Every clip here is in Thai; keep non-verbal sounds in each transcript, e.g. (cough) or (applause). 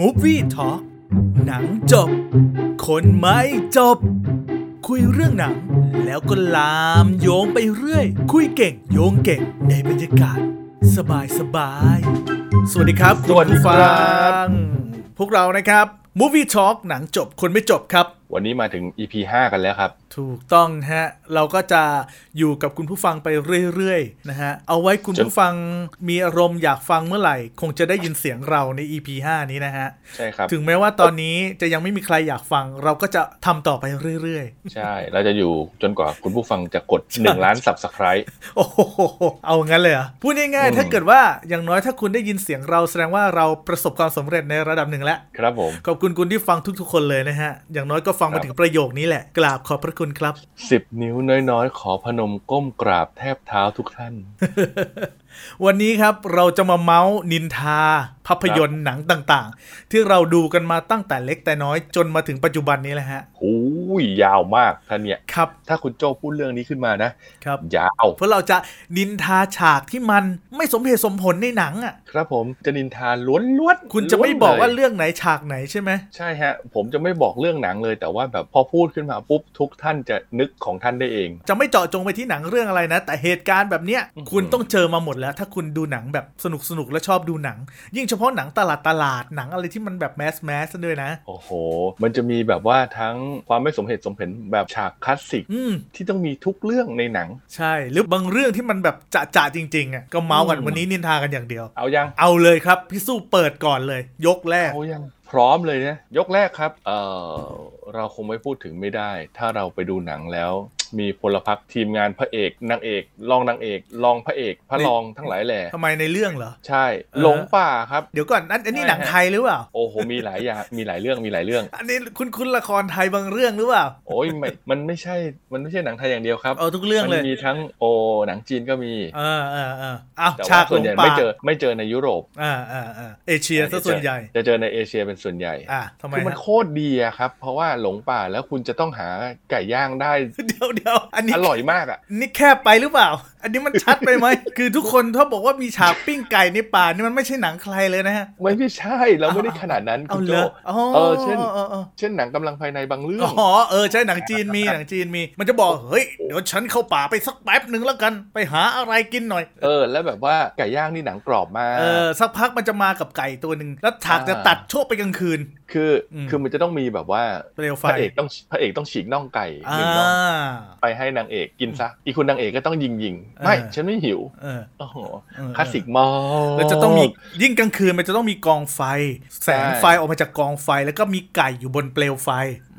Movie Talk หนังจบ คนไม่จบ คุยเรื่องหนัง แล้วก็ลามโยงไปเรื่อย คุยเก่ง โยงเก่งในบรรยากาศ สบายสบายๆสวัสดีครับคุณ สวัสดี ผู้ ค ฟั รับ ง พวกเรานะครับ Movie Talk หนังจบ คนไม่จบครับ วันนี้มาถึง EP 5 กันแล้วครับ ถูกต้องฮะ เราก็จะอยู่กับคุณผู้ฟังไปเรื่อยๆ นะฮะ เอาไว้คุณ จน ผู้ฟังมีอารมณ์อยากฟังเมื่อไหร่ คงจะได้ยินเสียงเราใน EP 5 นี้นะฮะ ใช่ครับ ถึงแม้ว่าตอนนี้จะยังไม่มีใครอยากฟัง เราก็จะทำต่อไปเรื่อย ใช่ เราจะอยู่จนกว่าคุณผู้ฟังจะกด 1 ล้าน subscribe ๆ (laughs) โอ้โหเอางั้นเลยเหรอพูดง่าย อืๆมถ้าเกิดว่าอย่างน้อยถ้าคุณได้ยินเสียงเราแสดงว่าเราประสบความสำเร็จในระดับหนึ่งแล้ว ครับผม ขอบคุณคุณที่ฟังทุกๆ คนเลยนะฮะ อย่างน้อยก็ฟังมา ครับ ถึงประโยคนี้แหละ กราบขอบพระคุณครับ 10 นิ้วน้อยๆ ขอพนมก้มกราบแทบเท้าทุกท่าน วันนี้ครับเราจะมาเมาส์นินทา ภาพยนตร์หนังต่างๆ ที่เราดูกันมาตั้งแต่เล็กแต่น้อยจนมาถึงปัจจุบันนี้แหละฮะ หูยยาวมากท่านเนี่ย ครับ ถ้าคุณโจ้พูดเรื่องนี้ขึ้นมานะ ครับ ยาว เพราะเราจะนินทาฉากที่มันไม่สมเหตุสมผลในหนังอ่ะ ครับผมจะนินทาล้วนๆล้วน คุณจะไม่บอกว่า เลย เรื่องไหนฉากไหนใช่ไหม ใช่ฮะ ผมจะไม่บอกเรื่องหนังเลย แต่ว่าแบบพอพูดขึ้นมาปุ๊บทุกท่านจะนึกของท่านได้เอง จะไม่เจาะจงไปที่หนังเรื่องอะไรนะ แต่เหตุการณ์แบบเนี้ย อืม คุณต้องเจอมาหมดแล้ว ถ้าคุณดูหนังแบบสนุกสนุกและชอบดูหนัง ยิ่งเฉพาะหนังตลาดตลาดหนังอะไรที่มันแบบแมสแมสด้วยนะ โอ้โห มันจะมีแบบว่าทั้งความไม่สมเหตุสมผลแบบฉากคลาสสิก อืม ที่ต้องมีทุกเรื่องในหนัง ใช่ หรือบางเรื่องที่มันแบบจะจะๆจริงๆอ่ะก็เมาส์กัน อืม วันนี้นินทากันอย่างเดียว เอายัง เอาเลยครับ พี่สู้เปิดก่อนเลย ยกแรก เอายัง พร้อมเลยนะ ยกแรกครับ เออเราคงไม่พูดถึงไม่ได้ ถ้าเราไปดูหนังแล้ว มีพลพรรคทีมงานพระเอกนางเอกรองนางเอกรองพระเอก พระ นี่ รองทั้งหลายแหล่ ทำไมในเรื่องเหรอ ใช่ เออ หลงป่าครับ เดี๋ยวก่อนอันอันนี้ ใช่ หนัง ฮะ ไทยหรือเปล่า โอ้โหมีหลายอย่างมีหลายเรื่องมีหลายเรื่อง อันนี้คุณคุณละครไทยบางเรื่องหรือเปล่า โอ้ยไม่มันไม่ใช่มันไม่ใช่หนังไทยอย่างเดียวครับ เอาทุกเรื่อง มั เลย มีทั้งโอหนังจีนก็มี เออเออเออเอา แต่ ฉา ว่าหก ส่ล วน ง ใหญ่ ป่า ไม่เจอไม่เจอในยุโรป อ่าอ่าอ่าเอเชียซะส่วนใหญ่ จะเจอในเอเชียเป็นส่วนใหญ่ อ่าทำไม คือมัน ฮะ โคตรดีอะครับ เพราะว่าหลงป่าแล้วคุณจะต้องหาไก่ย่างได้ เดี๋ยวเดี๋ยว (laughs) อันนี้ อร่อยมากอะ นี่แคบไปหรือเปล่า อันนี้มันชัดไปไหม คือทุกคนถ้าบอกว่ามีฉากปิ้งไก่ในป่านี่มันไม่ใช่หนังใครเลยนะฮะ ไม่ไม่ใช่เราไม่ได้ขนาดนั้น เอา คุณ เล โจ ยอ๋อ เออเช่น ออ เช่นหนังกำลังภายในบางเรื่อง อ๋อเออใช่หนังจีนมีหนังจีนมี มันจะบอกเฮ้ยเดี๋ยวฉันเข้าป่าไปสักแป๊บหนึ่งแล้วกัน ไปหาอะไรกินหน่อย เออ แล้วแบบว่าไก่ย่างนี่หนังกรอบมาก เออสักพักมันจะมากับไก่ตัวหนึ่งแล้วฉากจะตัดโชคไปกลางคืน คืออ ม คือมันจะต้องมีแบบว่า เปลวไฟ พระเอกต้องพระเอกต้องฉีกน่องไก่ อ่ หนึ่งน่อง า ไปให้นางเอกกินซะ อีกคนนางเอกก็ต้องยิงยิงๆไม่ เออ ฉันไม่หิว เออ โอ้โห เออ คลาสสิกมาก แล้วจะต้องมียิ่งกลางคืนมันจะต้องมีกองไฟ แสงไฟออกมาจากกองไฟแล้วก็มีไก่อยู่บนเปลวไฟ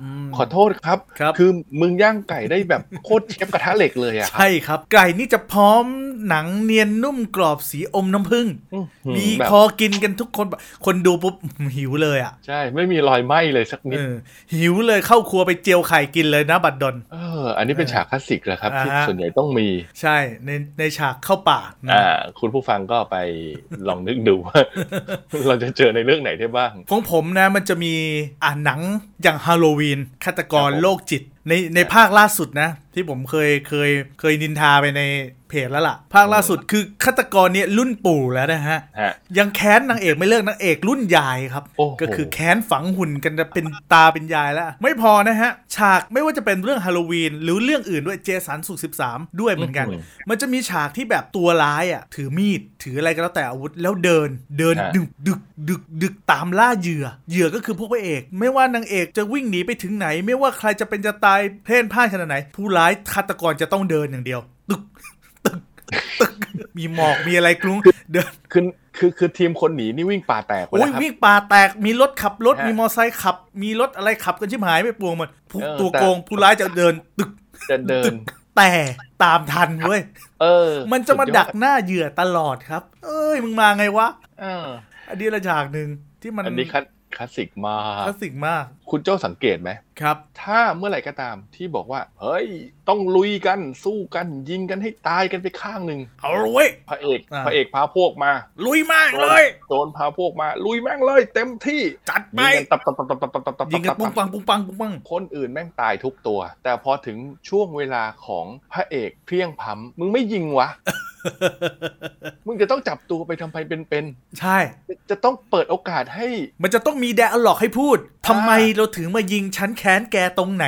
อืม ขอโทษครับ ครับ คือมึงย่างไก่ได้แบบโคตรเชฟกระทะเหล็กเลยอะครับ ใช่ครับ ไก่นี่จะพร้อมหนังเนียนนุ่มกรอบสีอมน้ำผึ้ง อื้อหือ มี แบบ คอกินกันทุกคนแบบคนดูปุ๊บหิวเลยอ่ะ ใช่ ไม่มีรอยไหม้เลยสักนิด เออหิวเลยเข้าครัวไปเจียวไข่กินเลยนะบัดดล เออ อันนี้เป็นฉากคลาสสิกแหละครับ ที่ อ่าฮะ ส่วนใหญ่ต้องมี ใช่ในในฉากเข้าป่านะ อ่า คุณผู้ฟังก็ไปลองนึกดูว่า (laughs) เราจะเจอในเรื่องไหนได้บ้าง ของผมนะมันจะมีอ่าหนังอย่างฮาโลวีนฆาตกร ครับผม โรคจิต ในในภาคล่าสุดนะ ที่ผมเคยเคยเคยนินทาไปในเพจแล้วล่ะ ภาคล่าสุดคือฆาตกรเนี่ยรุ่นปู่แล้วนะฮะ ฮะ ยังแค้นนางเอกไม่เลิกนางเอกรุ่นยายครับ โอ้โห ก็คือแค้นฝังหุ่นกันจะเป็นตาเป็นยายแล้ว ไม่พอนะฮะ ฉากไม่ว่าจะเป็นเรื่องฮาโลวีนหรือเรื่องอื่นด้วยเจสันสุข13 ด้วยเหมือนกัน มันจะมีฉากที่แบบตัวร้ายอ่ะ ถือมีด ถืออะไรก็แล้วแต่อาวุธ แล้วเดิน เดิน ฮะ ดึกดึกดึกดึกตามล่าเหยื่อ เหยื่อก็คือพวกพระเอก ไม่ว่านางเอกจะวิ่งหนีไปถึงไหน ไม่ว่าใครจะเป็นจะตายเพลนพ่านขนาดไหน ผู้ร้ายฆาตกรจะต้องเดินอย่างเดียว ตึก ตึก ตึก มีหมอกมีอะไรกรุ้งเดิน คือคือคือทีมคนหนีนี่วิ่งป่าแตกหมด โอ้ แล้ ยว ครับ วิ่งป่าแตกมีรถขับรถ ฮะ มีมอไซค์ขับ มีรถอะไรขับกันชิบหายไม่ปวงหมันผู้ เออ ตัว แต่ โกงผู้ร้ายจะเดินตึก จะเดิน แต่ตามทันเว้ย เออ มันจะมา สุยอ ดักหน้าเหยื่อตลอดครับ เอ้ยมึงมาไงวะ เออ อันนี้ละฉากหนึ่งที่มัน อันนี้คลาสคลาสสิกมาก คลาสสิกมาก คุณเจ้าสังเกตไหม ครับ ถ้าเมื่อไหร่ก็ตามที่บอกว่า เฮ้ย ต้องลุยกันสู้กันยิงกันให้ตายกันไปข้างหนึ่ง เอาละเว้ย พระเอก อ่า พระเอกพาพวกมา ลุยมาก โดน เลย โดนพาพวกมา ลุยแม่งเลยเต็มที่ จัดไป ยิงกันตับตับตับตับตับตับตับตับ ยิงกันปุ้ง ตับ ปังปุ้งปังปุ้งปัง คนอื่นแม่งตายทุกตัว แต่พอถึงช่วงเวลาของพระเอกเพลียงพล้ำมึงไม่ยิง (laughs) วะ มึงจะต้องจับตัวไปทำไมเป็น ใช่ ๆจะต้องเปิดโอกาสให้ มันจะต้องมีแดอะล็อกให้พูดทำไมเราถึงมายิงฉันแค้นแกตรงไหน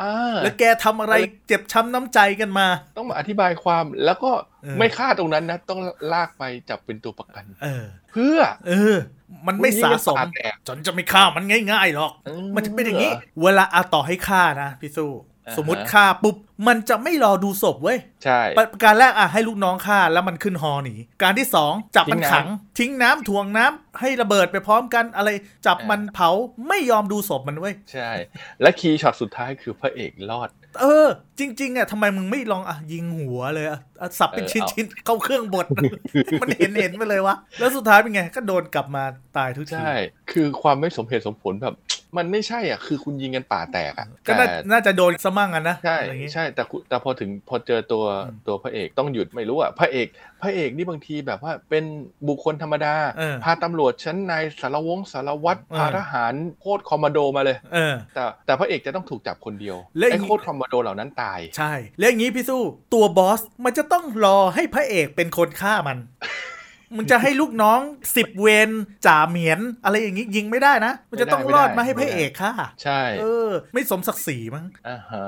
อ่า แล้วแกทำอะไรเจ็บช้ำน้ำใจกันมา ต้องมาอธิบายความแล้วก็ เออ ไม่ฆ่าตรงนั้นนะ ต้องลากไปจับเป็นตัวประกัน เออ เพื่อ เออ มันไม่สะสม ยิงกันปดแตก จนจะไม่ฆ่ามันง่ายๆหรอก เออ มันจะเป็นอย่างนี้ เวลาอาต่อให้ฆ่านะพี่สู้ อ่าฮะ สมมติฆ่าปุ๊บ มันจะไม่รอดูศพเว้ย ใช่ ประการแรกอ่ะให้ลูกน้องฆ่าแล้วมันขึ้นฮอหนี การที่สองจับมัน ทิ้งน้ำ ขัง ทิ้งน้ำถ่วงน้ำให้ระเบิดไปพร้อมกันอะไร จับ อ่ามั มันเผาไม่ยอมดูศพมันเว้ย ใช่ และคีย์ช็อตสุดท้ายคือพระเอกรอด เออ จริง ๆอ่ะทำไมมึงไม่ลองอ่ะยิงหัวเลยอ่ะอ่ะสับเป็น เออ ชิ้นๆเอาเข้าเครื่องบด (laughs) มันเห็นเห็นไปเลยวะแล้วสุดท้ายเป็นไงก็โดนกลับมาตายทุกที ใช่ คือความไม่สมเหตุสมผลแบบ มันไม่ใช่อ่ะ คือคุณยิงกันป่าแตกอ่ะ ก็ แต่ น่าน่าจะโดนสมั่งอ่ะนะ ใช่ อะไรอย่างงี้ ใช่แต่คุณแต่พอถึงพอเจอตัว อืม ตัวพระเอกต้องหยุดไม่รู้อ่ะพระเอก พระเอกนี่บางทีแบบว่าเป็นบุคคลธรรมดา เออ พาตำรวจชั้นในายสารวงสารวัตร เออ พาทหารโคตรคอมมานโดมาเลย เออ แต่แต่พระเอกจะต้องถูกจับคนเดียว และอีก ไอ้โคตรคอมโบโดเหล่านั้นตาย ใช่ แล้วอย่างนี้พี่สู้ ตัวบอส มันจะต้องรอให้พระเอกเป็นคนฆ่า (laughs) มัน มันจะให้ลูกน้องสิบเวนจ่าเหมียน อะไรอย่างนี้ยิงไม่ได้นะ มันจะต้องรอดมาให้พระเอกฆ่า ใช่ เออ ไม่สมศักดิ์ศรีมั้ง อ่า (laughs) ฮะ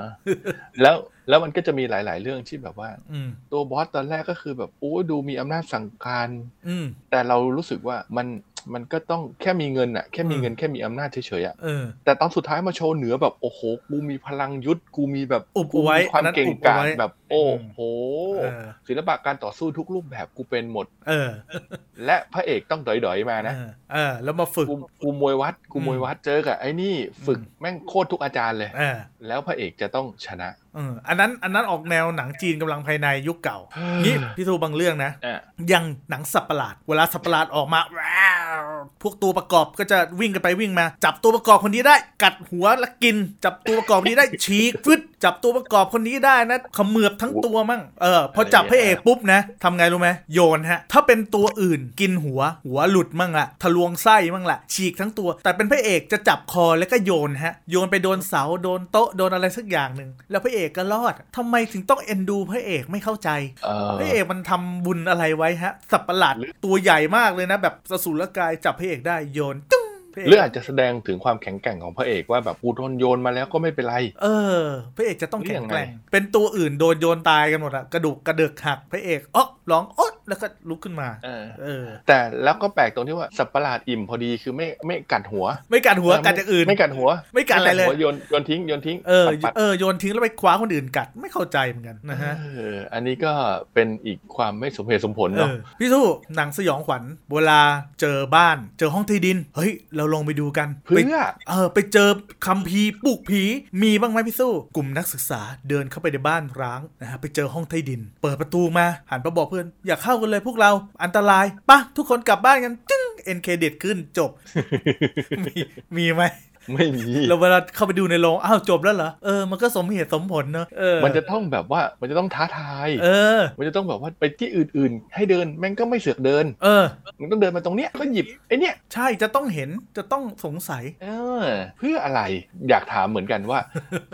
แล้วแล้วมันก็จะมีหลาย ๆ เรื่องที่แบบว่า อืม ตัวบอสตอนแรกก็คือแบบโอ้ดูมีอำนาจสั่งการ อืม แต่เรารู้สึกว่ามันมันก็ต้องแค่มีเงินอะแค่มีเงินแค่มีอำนาจเฉยๆอะ เออ แต่ตอนสุดท้ายมาโชว์เหนือแบบโอ้โหกูมีพลังยุทธกูมีแบบ อุบ กู เอาไว้ มีความ อันนั้น เก่ง อุบ กา เอา จ ไว้ แบบ โอ้ อืม โห เออ ศิลปะการต่อสู้ทุกรูปแบบกูเป็นหมด เออ และพระเอกต้องดอยๆมานะ เออเออ แล้วมาฝึก กูกูมวยวัดกูมวยวัดเจอกับไอ้นี่ฝึก อืม แม่งโคตรทุกอาจารย์เลย เออ แล้วพระเอกจะต้องชนะ เอออันนั้น อันนั้นออกแนวหนังจีนกำลังภายในยุคเก่า เฮ้ย นี่พี่สู้บางเรื่องนะ อ่ะ อยังหนังสัตว์ประหลาด เวลาสัตว์ประหลาดออกมาว้าวพวกตัวประกอบก็จะวิ่งกันไปวิ่งมา จับตัวประกอบคนนี้ได้กัดหัวแล้วกิน จับตัวประกอบนี้ได้ ฉีกฟึดจับตัวประกอบคนนี้ได้นะเขมือบทั้งตัวมั่งเออพอจับพระเอกปุ๊บนะทำไงรู้ไหมโยนฮะ ถ้าเป็นตัวอื่นกินหัว หัวหลุดมั่งละทะลวงไส้มั่งละฉีกทั้งตัว แต่เป็นพระเอกจะจับคอแล้วก็โยนฮะ โยนไปโดนเสาโดนโต๊ะโดนอะไรสักอย่างหนึ่งแล้วพระเอกก็รอดทำไมถึงต้องเอ็นดูพระเอกไม่เข้าใจ เออ พระเอกมันทำบุญอะไรไว้ฮะ สับประหลาด หรือ ตัวใหญ่มากเลยนะ แบบสสุรกายจับพระเอกได้โยนตึ้งพระเอ หรือก อาจจะแสดงถึงความแข็งแกร่งของพระเอกว่าแบบกูโดนโยนมาแล้วก็ไม่เป็นไร เออ พระเอกจะต้องแข็งแกร่ง หรือยังไง เป็นตัวอื่นโดนโยนตายกันหมดอะกระดูกกระเดือกหักพระเอกอ๊อกร้องอ๊อดแล้วก็ลุกขึ้นมา เออ เออ แต่แล้วก็แปลกตรงที่ว่าสับประหลาดอิ่มพอดีคือไม่ไม่กัดหัว ไม่กัดหัวกัดอย่างอื่น ไม่กัดหัว ไม่กัดอะไรเลย หัวโยนโยนทิ้งโยนทิ้ง เออ ปัด เออโยนทิ้งแล้วไปคว้าคนอื่นกัดไม่เข้าใจเหมือนกันนะฮะ ๆเอออันนี้ก็เป็นอีกความไม่สมเหตุสมผลเนาะ เออพี่สู้หนังสยองขวัญเวลาเจอบ้าน เจอห้องใต้ดิน เฮ้ย เราลงไปดูกัน เพื่อ ไปเออ ไปเจอคัมภีร์ปลูกผี มีบ้างไหมพี่สู้ กลุ่มนักศึกษาเดินเข้าไปในบ้านร้างนะฮะไปเจอห้องใต้ดิน เปิดประตูมาหันไปบอกเพื่อน อย่าเข้ากันเลยพวกเราอันตรายปะทุกคนกลับบ้านกันจึ้งเอ็นเคเด็ดขึ้นจบ มีมีไหม (laughs) ไม่มี เราเวลาเข้าไปดูในโรงอ้าวจบแล้วเหรอเออมันก็สมเหตุสมผลเนอะเออ มันจะต้องแบบว่ามันจะต้องท้าทาย เออ มันจะต้องแบบว่าไปที่อื่นๆ ให้เดินแม่งก็ไม่เสือกเดิน เออ มันต้องเดินมาตรงเนี้ยก็หยิบไอ้เนี่ย ใช่จะต้องเห็นจะต้องสงสัย เออเพื่ออะไรอยากถามเหมือนกัน (laughs) ว่า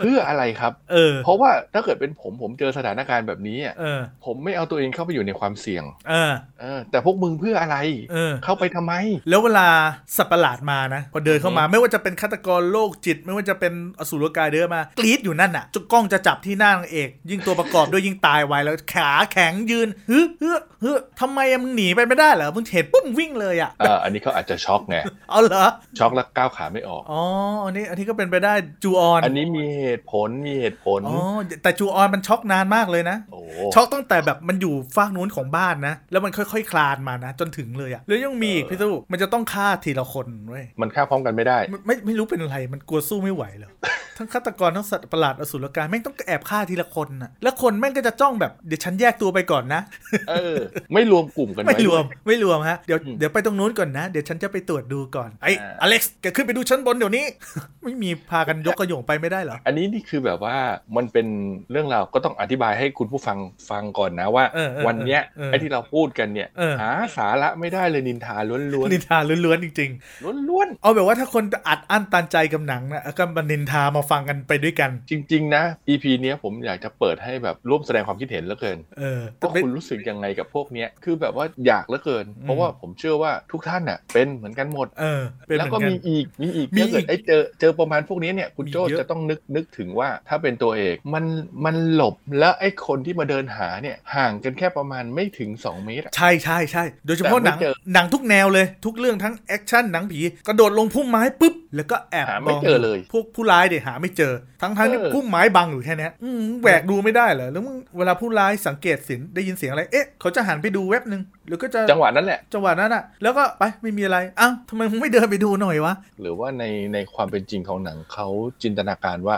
เพื่ออะไรครับ เออ เพราะว่าถ้าเกิดเป็นผมผมเจอสถานการณ์แบบนี้อะ เออ ผมไม่เอาตัวเองเข้าไปอยู่ในความเสี่ยง เออ เออแต่พวกมึงเพื่ออะไร เออ เข้าไปทำไม แล้วเวลาสัตว์ประหลาดมานะ พอเดินเข้ามา อืม ไม่ว่าจะเป็นฆาตกรโรคจิต ไม่ว่าจะเป็นอสูรกายเดินมากรีดอยู่นั่นน่ะจุกกล้องจะจับที่หน้านางเอก ยิ่งตัวประกอบด้วยยิ่งตายไวแล้วขาแข็งยืนฮึเฮึเฮึทำไมอะมึงหนีไปไม่ได้เหรอมึงเห็นปุ๊บมึงวิ่งเลยอ่ะ เอออันนี้เขาอาจจะช็อกไง เอาเหรอ ช็อกแล้วก้าวขาไม่ออก อ๋ออันนี้อันนี้ก็เป็นไปได้จูออน อันนี้มีเหตุผลมีเหตุผล อ๋อแต่จูออนมันช็อกนานมากเลยนะ โอ้ ช็อกตั้งแต่แบบมันอยู่ฝากนู้นของบ้านนะ แล้วมันค่อยๆคลานมานะ จนถึงเลยอะแล้วยังมีอีกพี่ตู้มันจะต้องฆ่าทีละคนเว้ย มันฆ่าพร้อมกันไม่ได้ ไม่ไม่ไม่รู้เป็นอะไร มันกลัวสู้ไม่ไหวเหรอ ทั้งฆาตกรทั้งสัตว์ประหลาดอสุรกายแม่งต้องแอบฆ่าทีละคนน่ะแล้วคนแม่งก็จะจ้องแบบเดี๋ยวฉันแยกตัวไปก่อนนะ เอ (laughs) อ ไม่รวมกลุ่มกัน ไม่ ว้ รวมไม่รวมฮะเดี๋ยว อืม เดี๋ยวไปตรงนู้นก่อนนะ เดี๋ยวฉันจะไปตรวจดูก่อนไอ้ อ่า อเล็กซ์แกขึ้นไปดูชั้นบนเดี๋ยวนี้ (laughs) ไม่มีพากันยกกระโยงไปไม่ได้เหรอ อันนี้นี่คือแบบว่ามันเป็นเรื่องราวก็ต้องอธิบายให้คุณผู้ฟังฟังก่อนนะว่า เออเออ วันเนี้ย เออ ไอ้ที่เราพูดกันเนี่ย เออ หาสาระไม่ได้เลยนินทาล้วน นินทาล้วนๆจริง ๆล้วน ๆ เอาแบบว่าถ้าคนอัดอั้นตันใจกับหนังนะก็มานินทามาฟังกันไปด้วยกัน ๆจริง ๆ นะ EP เนี้ยผมอยากจะเปิดให้แบบร่วมแสดงความคิดเห็นเหลือเกิน เออแต่ ว่า ไม่ คุณรู้สึกยังไงกับพวกเนี้ยคือแบบว่าอยากเหลือเกิน เพราะว่าผมเชื่อว่าทุกท่านน่ะเป็นเหมือนกันหมด เออ เป็นเห แล้ว มือน ก็ กัน มีอีกมีอีก มีอีก ถ้าเกิดไอ้เจอเจอประมาณพวกนี้เนี่ยคุณ มี โจ เยอะ จะต้องนึกนึกถึงว่าถ้าเป็นตัวเอกมันมันหลบแล้วไอ้คนที่มาเดินหาเนี่ยห่างกันแค่ประมาณไม่ถึง 2 เมตรอะ ใช่ใช่ใช่โดยเฉพาะ แต่ หนัไม่ง เจอ หนังทุกแนวเลย ทุกเรื่องทั้งแอคชั่นหนังผี กระโดดลงพุ่มไม้ปุ๊บ แล้วก็แอบ หาไม่เจอเลย พวกผู้ร้ายเดี๋ยหาไม่เจอ ทั้งทั้งๆที่ เออ พุ่มไม้บังอยู่แค่เนี้ยอืมแหวกดูไม่ได้เหรอแล้วมึงเวลาผู้ร้ายสังเกตเสียงได้ยินเสียงอะไรเอ๊ะเขาจะหันไปดูแวบหนึ่งแล้วก็จะ จังหวะนั้นแหละ จังหวะนั้นอะแล้วก็ไปไม่มีอะไรอ้าวทำไมมึงไม่เดินไปดูหน่อยวะ หรือว่าในในความเป็นจริงของหนังเขาจินตนาการว่า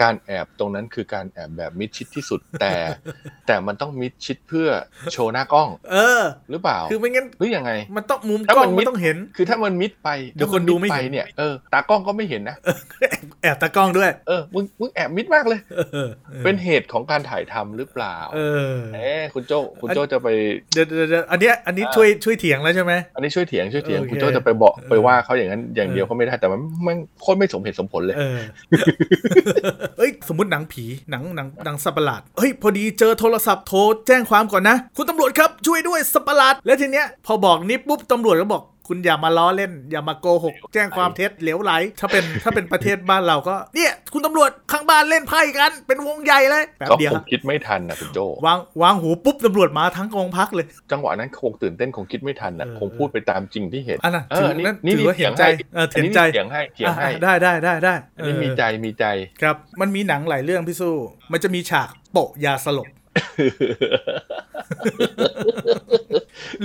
การแอบตรงนั้นคือการแอบแบบมิดชิดที่สุดแต่ แต่มันต้องมิดชิดเพื่อโชว์หน้ากล้อง เออ หรือเปล่า คือไม่งั้น หรือยังไง มันต้องมุม ถ้าก ล้ มั อน ง มิ มัน ด ต้องเห็น คือถ้ามันมิดไป เดี๋ยวคนดูไม่เห็น ปเนี่ยเออตากล้องก็ไม่เห็นนะ แอบตากล้องด้วย เออมึงมึงแอบมิดมากเลย เออ เป็นเหตุของการถ่ายทำหรือเปล่า เออ เอ๊ะคุณโจคุณโจจะไป เดี๋ยวเดี๋ยวเดี๋ยวอันเนี้ยอันนี้ อ่า ช่วยช่วยเถียงแล้วใช่ไหม อันนี้ช่วยเถียงช่วยเถียง โอเค คุณโจจะไปบอก เออ ไปว่าเขาอย่างนั้นอย่างเดียว เออ ก็ไม่ได้แต่มันมันโคตรไม่สมเหตุสมผลเลย เออ เอ้ย สมมติหนังผีหนังหนังหนังสัตว์ประหลาดเฮ้ย พอดีเจอโทรศัพท์โทรแจ้งความก่อนนะ คุณตำรวจครับช่วยด้วยสัตว์ประหลาด แล้วทีเนี้ยพอบอกนี้ปุ๊บตำรวจก็บอก คุณอย่ามาล้อเล่น อย่ามาโกหก แจ้งความเท็จเหลวไหล ถ้าเป็นถ้าเป็นประเทศบ้านเราก็ เนี่ย คุณตำรวจข้างบ้านเล่นไพ่กัน เป็นวงใหญ่เลยแป๊บ ก็ เดียว คงคิดไม่ทันนะคุณโจ วางวางหูปุ๊บตำรวจมาทั้งกองพักเลย จังหวะนั้นคงตื่นเต้นคงคิดไม่ทันนะ เออ คงพูดไปตามจริงที่เห็น อันน่ะ เอ ถือ อนี่ นั่น นี่ ถือว่าเห็นใจเออ เถี เถี ย ย ง ง ใจ ใจ เถียงให้เถียงให้ อ่ะได้ได้ได้ได้ อันนี้ เออ มีใจมีใจ ครับ มันมีหนังหลายเรื่องพี่สู้ มันจะมีฉากโปะยาสล (laughs) บ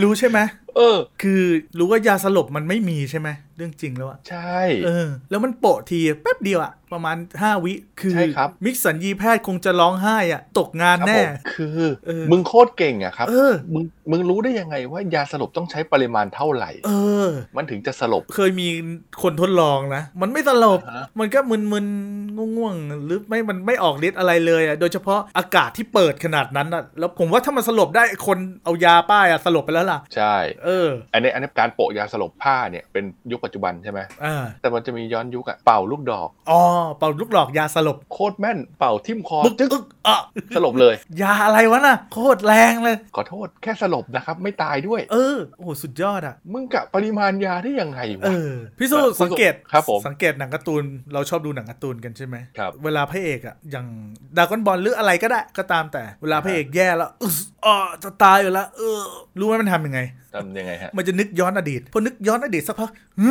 รู้ใช่ไหม เออ คือรู้ว่ายาสลบมันไม่มีใช่ไหม เรื่องจริงแล้วอะ ใช่ เออ แล้วมันโปะทีแป๊บเดียวอะประมาณ 5 วิ คือ ใช่ครับ มิกสันยีแพทย์คงจะร้องไห้อะตกงาน ครับ แน่ ผมคือ เออ มึงโคตรเก่งอะครับ เออ มึงมึงรู้ได้ยังไงว่ายาสลบต้องใช้ปริมาณเท่าไหร่ เออ มันถึงจะสลบ เคยมีคนทดลองนะ มันไม่สลบ อ่าฮะ มันก็มึนๆง่วงๆหรือไม่ มันไม่ออกฤทธิ์อะไรเลยอะโดยเฉพาะอากาศที่เปิดขนาดนั้นอะแล้วผมว่าถ้ามันสลบได้คนเอายาป้ายอะสลบไปแล้วล่ะ ใช่ เออ อันนี้อันนี้การโปะยาสลบผ้าเนี่ยเป็นยุคปัจจุบันใช่ไหม อ่า แต่มันจะมีย้อนยุคอะเป่าลูกดอก อ๋อ เป่าลูกหลอกยาสลบ โคตรแม่น เป่าทิ่มคอ บึกอึกอ่ะ สลบเลย ยาอะไรวะน่ะ โคตรแรงเลย ขอโทษแค่สลบนะครับ ไม่ตายด้วย เออ โอ้โหสุดยอดอ่ะ มึงกะปริมาณยาได้ยังไง เอ วะ อ พี่สู้สังเกต ครับผม สังเกตหนังการ์ตูน เราชอบดูหนังการ์ตูนกันใช่ไหม ครับ เวลาพระเอกอะอย่างดากอนบอลหรืออะไรก็ได้ ก็ตามแต่ เวลาพระเอกแย่แล้วอึ๊สอ๋อจะตายอยู่แล้ว เออ รู้ไหมมันทำยังไง ทำยังไงฮะ มันจะนึกย้อนอดีต พอนึกย้อนอดีตสักพักฮึ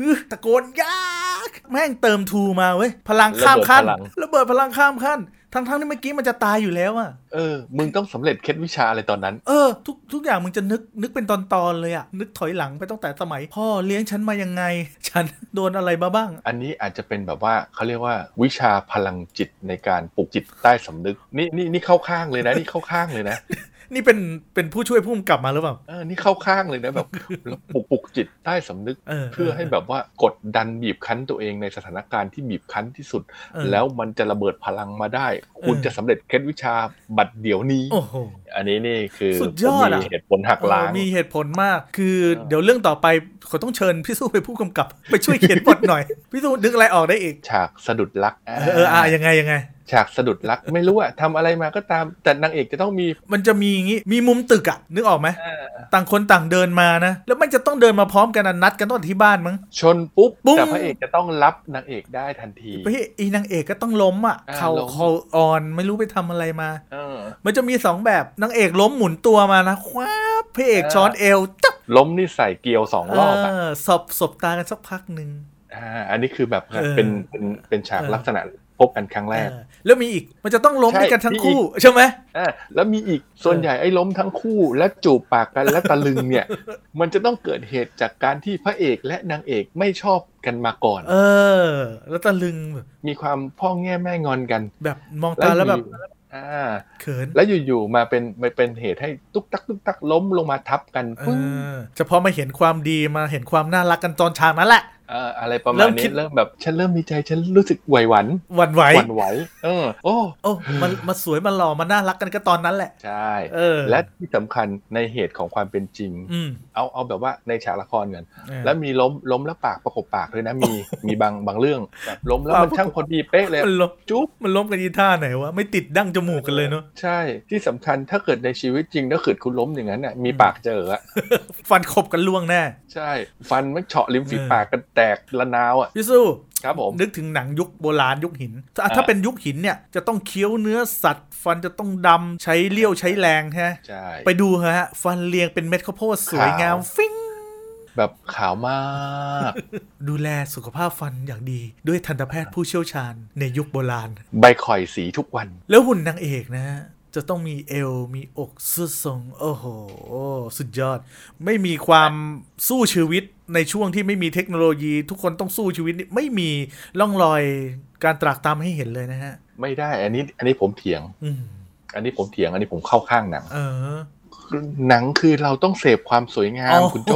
ฮึตะโกนยาก แม่งเติมทูมาเว้ย พลังข้ามขั้น ระเบิดระเบิดพพลังลังข้ามขั้น ทั้งๆที่เมื่อกี้มันจะตายอยู่แล้วอะ เออ มึงต้องสำเร็จเคล็ดวิชาอะไรตอนนั้น เออทุกทุกอย่างมึงจะนึกนึกเป็นตอนตอนๆเลยอะนึกถอยหลังไปตั้งแต่สมัย พ่อเลี้ยงฉันมายังไง ฉัน โดนอะไรมาบ้าง อันนี้อาจจะเป็นแบบว่าเขาเรียกว่าวิชาพลังจิตในการปลุกจิตใต้สำนึก นี่นี่นี่เข้าข้างเลยนะ นี่เข้าข้างเลยนะ นี่เป็นเป็นผู้ช่วยผู้กำกับมาหรือเปล่า เออนี่เข้าข้างเลยนะแบบแล้วปลุกปลุกจิตใต้สำนึก เออ เพื่อให้แบบว่ากดดันบีบคั้นตัวเองในสถานการณ์ที่บีบคั้นที่สุด เออ แล้วมันจะระเบิดพลังมาได้ คุณ เออ จะสำเร็จเคล็ดวิชาบัตรเดี๋ยวนี้ โอ้โห อันนี้นี่คือ สุดยอดอะ ผมมีเหตุผลหักล้าง เออมีเหตุผลมากคือ เออ เดี๋ยวเรื่องต่อไปเขาต้องเชิญพี่สู้ไปผู้กำกับ (laughs) ไปช่วยเขียนบทหน่อย (laughs) พี่สู้นึกอะไรออกได้อีก ฉากสะดุดรัก เออเอออ่ะยังไงยังไง ฉากสะดุดรักไม่รู้อะทำอะไรมาก็ตาม แต่นางเอกจะต้องมี มันจะมีอย่างงี้มีมุมตึกอะนึกออกไหม เออ ต่างคนต่างเดินมานะ แล้วมันจะต้องเดินมาพร้อมกันอะนัดกันต้องที่บ้านมั้ง ชนปุ๊บ ปุ้ง แต่พระเอกจะต้องรับนางเอกได้ทันที พี่อีนางเอกก็ต้องล้มอ่ะ อ่า เขา ล้ม เขาออนไม่รู้ไปทำอะไรมา เออ มันจะมีสองแบบนางเอกล้มหมุนตัวมานะคว้าบพระเอก อ่า ช้อนเอวจับ ล้มนี่ใส่เกลียวสองรอบ เอ อะ อสบสบตากันสักพักหนึ่ง ่าอันนี้คือแบบ เออ เป็นเป็นเป็นฉาก เออ ลักษณะ พบกันครั้งแรก เออแล้วมีอีกมันจะต้องล้ม ใช่ ด้วยกันทั้ง มีอีก คู่ใช่ไหม อ่ะแล้วมีอีกส่วนใหญ่ไอ้ล้มทั้งคู่และจูบปากกันและตะลึงเนี่ย (laughs) มันจะต้องเกิดเหตุจากการที่พระเอกและนางเอกไม่ชอบกันมาก่อน เออ แล้วตะลึงแบบ มีความพ่อแง่แม่งอนกัน แบบมองตาแล้วแบบ อยู่อ่า เขิน แล้วอยู่ๆมาเป็นมาเป็นเหตุให้ตุ๊กตักตุ๊กตักล้มลงมาทับกัน เอ ปึ้ง อเฉพาะมาเห็นความดีมาเห็นความน่ารักกันตอนฉากนั้นแหละ อ่าอะไรประ เริ่ มาณ มคิ นี้ ด เริ่มแบบฉันเริ่มมีใจฉันรู้สึกไหวหวัน หวั่นไหว หวั่นไหว เออ โอ้ โอ้มันมันสวยมันหล่อมันน่ารักกันก็ตอนนั้นแหละ ใช่ เออ และที่สำคัญในเหตุของความเป็นจริง อืม เอาเอาแบบว่าในฉากละครกัน เออ แล้วมีล้มล้มแล้วปากประกบปากด้วยนะมี มีบางบางเรื่องแบบล้มแล้ว ปาก มันช่างพอดีเป๊ะเลย มันล้ม จุ๊บ มันล้มกันยีท่าไหนวะไม่ติดดั้งจมูกกันเลยเนาะ ใช่ที่สำคัญถ้าเกิดในชีวิตจริงถ้าเกิดคุณล้มอย่างนั้นน่ะมีปากเจออะ ฟันขบกันล่วงแน่ ใช่ ฟันมันเฉาะริมฝี เออ ปากกันแตกละนาวอ่ะ พี่สู้ ครับผม นึกถึงหนังยุคโบราณยุคหินถ้า อ่า ถ้าเป็นยุคหินเนี่ยจะต้องเคี้ยวเนื้อสัตว์ ฟันจะต้องดำใช้เลี้ยวใช้แรงฮะ ใช่ ไปดูฮะ ฟันเรียงเป็นเม็ดข้าวโพดสวยงาม ขาว ฟิ้ง แบบขาวมาก ดูแลสุขภาพฟันอย่างดี ด้วยทันตแพทย์ผู้เชี่ยวชาญในยุคโบราณ ใบข่อยสีทุกวัน แล้วหุ่นนางเอกนะฮะ จะต้องมีเอว มีอกสุดทรง โอ้โห สุดยอด ไม่มีความสู้ชีวิตในช่วงที่ไม่มีเทคโนโลยี ทุกคนต้องสู้ชีวิตนี่ไม่มีร่องรอยการตรากตามให้เห็นเลยนะฮะ ไม่ได้ อันนี้ อันนี้ผมเถียง อืม อันนี้ผมเถียง อันนี้ผมเข้าข้างหนัง เออ หนังคือเราต้องเสพความสวยงาม คุณโจ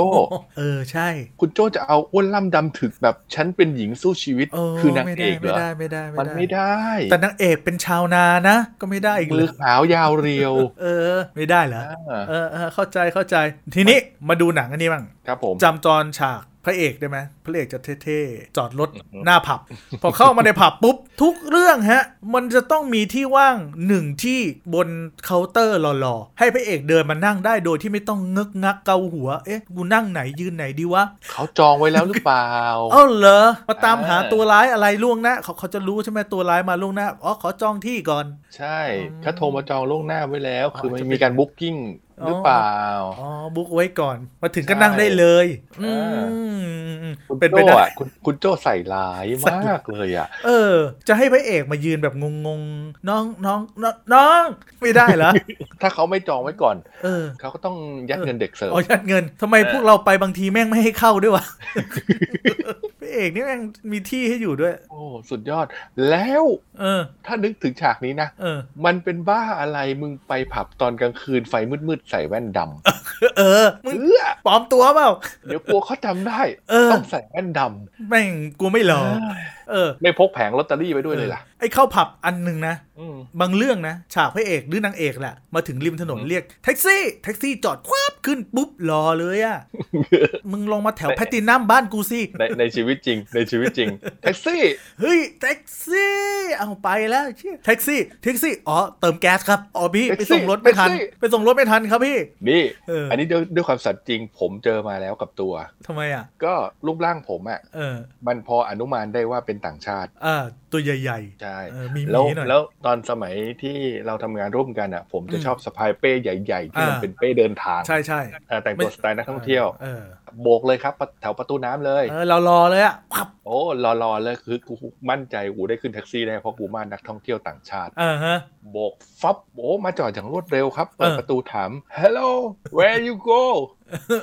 เออใช่ คุณโจจะเอาอ้วนล่ำดำถึกแบบฉันเป็นหญิงสู้ชีวิต เออ คือนางเอกเหร ไม่ อ ได้ไม่ได้ไม่ได้ มันไม่ได้ แต่นางเอกเป็นชาวนานะ ก็ไม่ได้อีก มื เล อย ขาวยาวเรียว เออ ไม่ได้เหรอ อ่า เออเออเข้าใจเข้าใจ ทีนี้มาดูหนังอันนี้บ้าง ครับผม จำตอนฉากพระเอกได้ไหมพระเอกจะเท่ๆ จอดรถหน้าผับ พอเข้ามาในผับปุ๊บ ทุกเรื่องฮะ มันจะต้องมีที่ว่างหนึ่งที่บนเคาน์เตอร์หล่อๆ ให้พระเอกเดินมานั่งได้โดยที่ไม่ต้องเงึกงักเกาหัว เอ๊ะ กูนั่งไหนยืนไหนดีวะ เขาจองไว้แล้วหรือเปล่า เอ้าเหรอ มาตามหา อ่า ตัวร้ายอะไรล่วงหน้าเขาเขาจะรู้ใช่ไหมตัวร้ายมาล่วงหน้าอ๋อขอจองที่ก่อน ใช่เขาโทรมาจองล่วงหน้าไว้แล้ว คือมัน อาจจะ มีการบุ๊กิ้งหรือเปล่า อ๋อบุ๊กไว้ก่อนมาถึงก็ ใช่ นั่งได้เลย เอ อื อ ม คุณ เป็น โจ ไปได้ อ่ะคุณคุณโจใส่ร้าย ใส่ มากเลยอ่ะ เออ จะให้พระเอกมายืนแบบงงๆน้องน้องน้องน้อง ไม่ได้เหรอ ถ้าเขาไม่จองไว้ก่อน เออ เขาก็ต้องยัดเงินเด็กเสิร์ฟ อ๋อยัดเงินทำไม เออ พวกเราไปบางทีแม่งไม่ให้เข้าด้วยวะ พระเอกนี่แม่งมีที่ให้อยู่ด้วย โอ้สุดยอด แล้ว เออ ถ้านึกถึงฉากนี้นะ เออ มันเป็นบ้าอะไรมึงไปผับตอนกลางคืนไฟมืดๆใส่แว่นดำ เออมึง เอื้อ ปลอมตัวเปล่า เดี๋ยวกลัวเขาจำได้ เออ ต้องใส่แว่นด แม่งกูไม่หลอเออ ำไม่พกแผงลอตเตอรี่ไปด้วยเลยล่ะ ไอ้เข้าผับอันหนึ่งนะ ม บางเรื่องนะ ฉากพระเอกหรือนางเอกแหละ มาถึงริมถนน อืม เรียกแท็กซี่ แท็กซี่จอดควับขึ้นปุ๊บรอเลย (laughs) อะ่ะ มึงลงมาแถวแพตตินัมบ้านกูสิ ในในชีวิตจริง ในชีวิตจริงแท็กซี่ เฮ้ย แท็กซี่ เอาไปแล้วเชี่ยแท็กซี่ แท็กซี่ อ๋อ เติมแก๊สครับ อ๋อพี่ แท็ ไป กซี่ ส่งรถไม่ทัน แท็กซี่ ไปส่งรถไม่ทันครับพี่ นี่ เอออั อันนี้ด้วยด้วยความสัตย์จริง ผมเจอมาแล้วกับตัว ทำไมอ่ะ ก็รูปร่างผมอ่ะ เออ มันพออนุมานได้ว่าเป็นต่างชาติ อ่าตัวใหญ่ ใช่ เออมี แล้ว หมีหน่อย แล้วตอนสมัยที่เราทำงานร่วมกันอ่ะ ผมจะ อืม ชอบสะพายเป้ใหญ่ๆที่มัน อ่า เป็นเป้เดินทาง ๆ ใช่ใช่ อ่าแต่งตัวสไตล์นักท่องเที่ยว เออ โบกเลยครับแถวประตูน้ำเลย เออเรารอเลยอ่ะควับ โอ้รอรอเลยคือกูมั่นใจกูได้ขึ้นแท็กซี่แน่เพราะกูมานักท่องเที่ยวต่างชาติ เออฮะ (laughs) โบกฟับโอ้มาจอดอย่างรวดเร็วครับเปิด เออ ประตูถาม hello where you go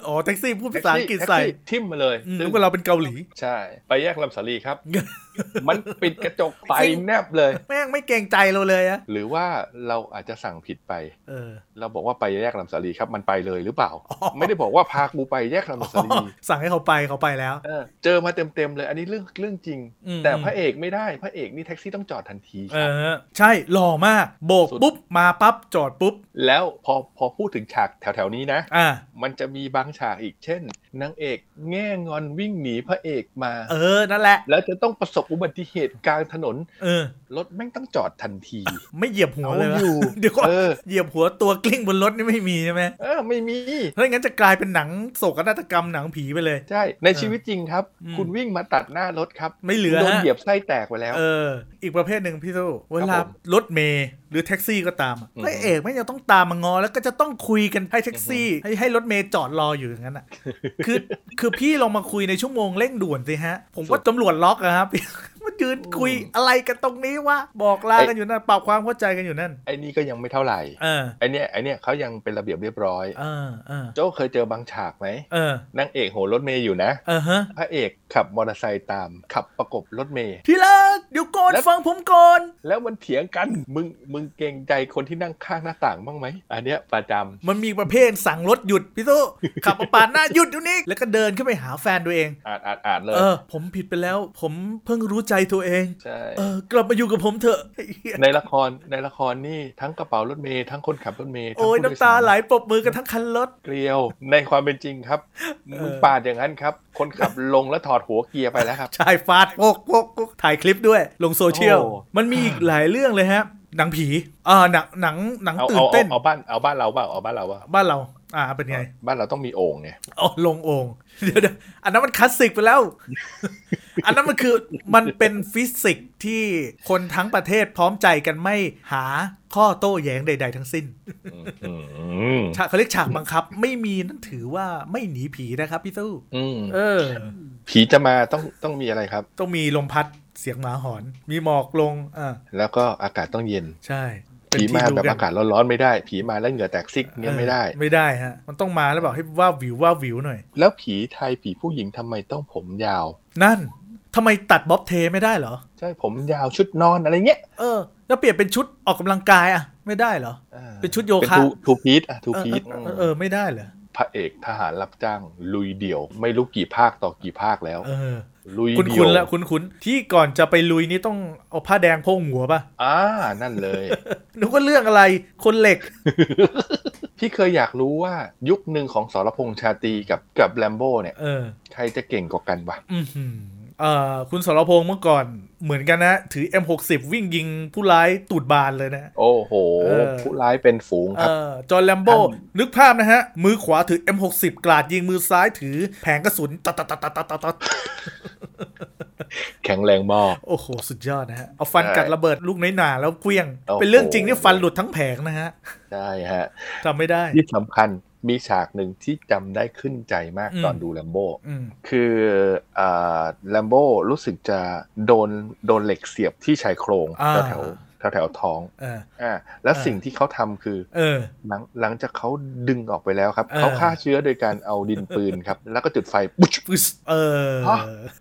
อ๋อแท็กซี่พูด แท็ ภาษาอังกฤษใส่ แท็ทิมมาเลย อืม ซึ่ นึ ง กว่าเราเป็นเกาหลี ใช่ ไปแยกลำสาลีครับ (laughs) มันปิดกระจกไปแนบเลย แม่งไม่เกรงใจเราเลยอะ หรือว่าเราอาจจะสั่งผิดไป เออ เราบอกว่าไปแยกลำสาลีครับมันไปเลยหรือเปล่า อ๋อ ไม่ได้บอกว่าพากูไปแยกลำสาลี สั่งให้เขาไปเขาไปแล้ว เออเจอมาเต็มๆเลย อันนี้เรื่องเรื่องจริง อืม แต่พระเอกไม่ได้พระเอกนี่แท็กซี่ต้องจอดทันที เอ ครับ อ ใช่หล่อมาก โบก สุด ปุ๊บ มาปั๊บ จอดปุ๊บ แล้วพอพอพูดถึงฉากแถวๆนี้นะ อ่า มันจะมีบางฉากอีกเช่นนางเอกแง่งอนวิ่งหนีพระเอกมา เออ นั่นแหละ แล้วจะต้องประสบอุบัติเหตุกลางถนน เออ รถแม่งต้องจอดทันที ไม่เหยียบหัวเลยวะ เอาอยู่ เดี๋ยวก่อน เออ เหยียบหัวตัวกลิ้งบนรถนี่ไม่มีใช่ไหม เออไม่มี ถ้าอย่างนั้นจะกลายเป็นหนังโศกนาฏกรรมหนังผีไปเลย ใช่ ในชีวิตจริงครับ อืม คุณวิ่งมาตัดหน้ารถครับ ไม่เหลือ โดน ฮะ เหยียบไส้แตกไปแล้ว เออ อีกประเภทหนึ่งพี่สู้เวลา ผม รถเมย์หรือแท็กซี่ก็ตามอะ อืม พระเอกไม่งจะต้องตามมางอ แล้วก็จะต้องคุยกันให้แท็กซี่ให้ให้รถเมย์จอดรออยู่อย่าง (laughs) นั้นอ่ะ คือคือพี่ลองมาคุยในชั่วโมงเร่งด่วนสิฮะ ผมว่าตำรวจล็อกอะครับ (laughs) มัน ยืนคุยอะไรกันตรงนี้วะบอกลากันอยู่นั่นปรับความเข้าใจกันอยู่นั่น ไอ้นี่ก็ยังไม่เท่าไหร่ เออ ไอเนี้ยไอเนี้ยเขายังเป็นระเบียบเรียบร้อย เออ เออ โจ้เคยเจอบางฉากไหม เออน างเอกโหนรถเมย์อยู่นะ เออฮะ พระเอกขับมอเตอร์ไซค์ตาม ขับประกบรถเมย์ ที่รักเดี๋ยวก่อน แล้ว ฟังผมก่อน แล้วมันเถียงกันมึงมึงเกรงใจคนที่นั่งข้างหน้าต่างบ้างไหมอันเนี้ยประจำ มันมีประเภทสั่งรถหยุดพี่ตู้ขับมาปาดหน้าหยุดเดี๋ยวนี้แล้วก็เดินขึ้นไปหาแฟนตัวเอง อ่านอ่านอ่านเลย เออ ผมผิดไปแล้ว ผมเพิ่งรู้ใจตัวเอง ใช่ เออ กลับมาอยู่กับผมเถอะไอ้เหี้ย ในละครในละครนี่ทั้งกระเป๋ารถเมย์ทั้งคนขับรถเมย์ทั้ง โอ้ย ผู้โดย น้ำ สา ตาร ไหลปรบมือกันทั้งคันรถ เกลียวในความเป็นจริงครับมึงปาดอย่างนั้นครับ คนขับลงแล้วถอดหัวเกียร์ไปแล้วครับ ชายฟาดโกกโกกโกกถ่ายคลิปด้วย ลงโซเชียล โอ้ มันมีอีกหลายเรื่องเลยฮะ หนังผีอ่าหนังหนังหนัง เอา ตื่ เอา น เอา เต้น เอาบ้านเอาบ้านเราบ้างเอาบ้านเราบ้าง บ้านเรา อ่า เป็นไง บ้านเราต้องมีโอ่งไง อ๋อลงโองเดี๋ยวๆอันนั้นมันคลาสสิกไปแล้ว อันนั้นมันคือมันเป็นฟิสิกส์ที่คนทั้งประเทศพร้อมใจกันไม่หาข้อโต้แย้งใด ๆ ทั้งสิ้น อืม ฉากเขาเรียกฉากบังคับ ไม่มีนั่นถือว่าไม่หนีผีนะครับพี่ตู้ อืม เออ ผีจะมาต้องต้องมีอะไรครับ ต้องมีลมพัดเสียงหมาหอน มีหมอกลงอ่า แล้วก็อากาศต้องเย็น ใช่เป็น ผี ที่ มา ดู แบบ กัน อากาศร้อนๆไม่ได้ ผีมาแล้วเหงื่อแตกซิกเงี้ยไม่ได้ เออไม่ได้ฮะ มันต้องมาแล้วบอกให้ว่าวิวว่าวิวหน่อย แล้วผีไทยผีผู้หญิงทำไมต้องผมยาว นั่นทำไมตัดบ๊อบเทไม่ได้เหรอ ใช่ผมยาวชุดนอนอะไรเงี้ย เออ แล้วเปลี่ยนเป็นชุดออกกำลังกายอะไม่ได้เหรอ อ่า เป็นชุดโยคะ เป็นทูทูพีทอะทูพีท เออเออเออไม่ได้เหรอ พระเอกทหารรับจ้าง ลุยเดี่ยว ไม่รู้กี่ภาคต่อกี่ภาคแล้ว เออ ลุย คุณ เดี่ย คุ ว ณละคุณคุณที่ก่อนจะไปลุยนี่ต้องเอาผ้าแดงโพงหัวป่ะ อ่านั่นเลย นึกว่าเรื่องอะไรคนเหล็ก พี่เคยอยากรู้ว่ายุคหนึ่งของสรพงษ์ชาตรีกับกับแลมโบ้เนี่ย เออ ใครจะเก่งกว่ากันวะ อือหือเอ่อคุณสรพงษ์เมื่อก่อนเหมือนกันนะ ถือ M60 วิ่งยิงผู้ร้ายตูดบานเลยนะ โอ้โห เออ ผู้ร้ายเป็นฝูง เอ ครับ อจอห์นแลมโบ้ ท่าน นึกภาพนะฮะ มือขวาถือ M60 กราดยิงมือซ้ายถือแผงกระสุนตัดตัดตัดตัดตัดตัดตัด แข็งแรงมาก โอ้โห สุดยอดนะฮะ เอาฟัน ใช่ กัดระเบิดลูกน้อยหนาแล้วเกลี้ยง โอ้โห เป็นเรื่องจริงที่ฟันหลุดทั้งแผงนะฮะ ใช่ฮะ จำไม่ได้ ที่สำคัญมีฉากหนึ่งที่จำได้ขึ้นใจมาก อืม ตอนดูแลมโบ้ อืม คือแลมโบ้รู้สึกจะโดนโดนเหล็กเสียบที่ชายโครง อ่า แถวแถวแถวแถวท้อง เออ อ่าแล้ว อ่า สิ่งที่เขาทำคือ เออ หลังหลังจากเขาดึงออกไปแล้วครับ เออ เขาฆ่าเชื้อโดยการเอาดินปืนครับ แล้วก็จุดไฟปุ๊บ ปึ๊สเออ ฮะ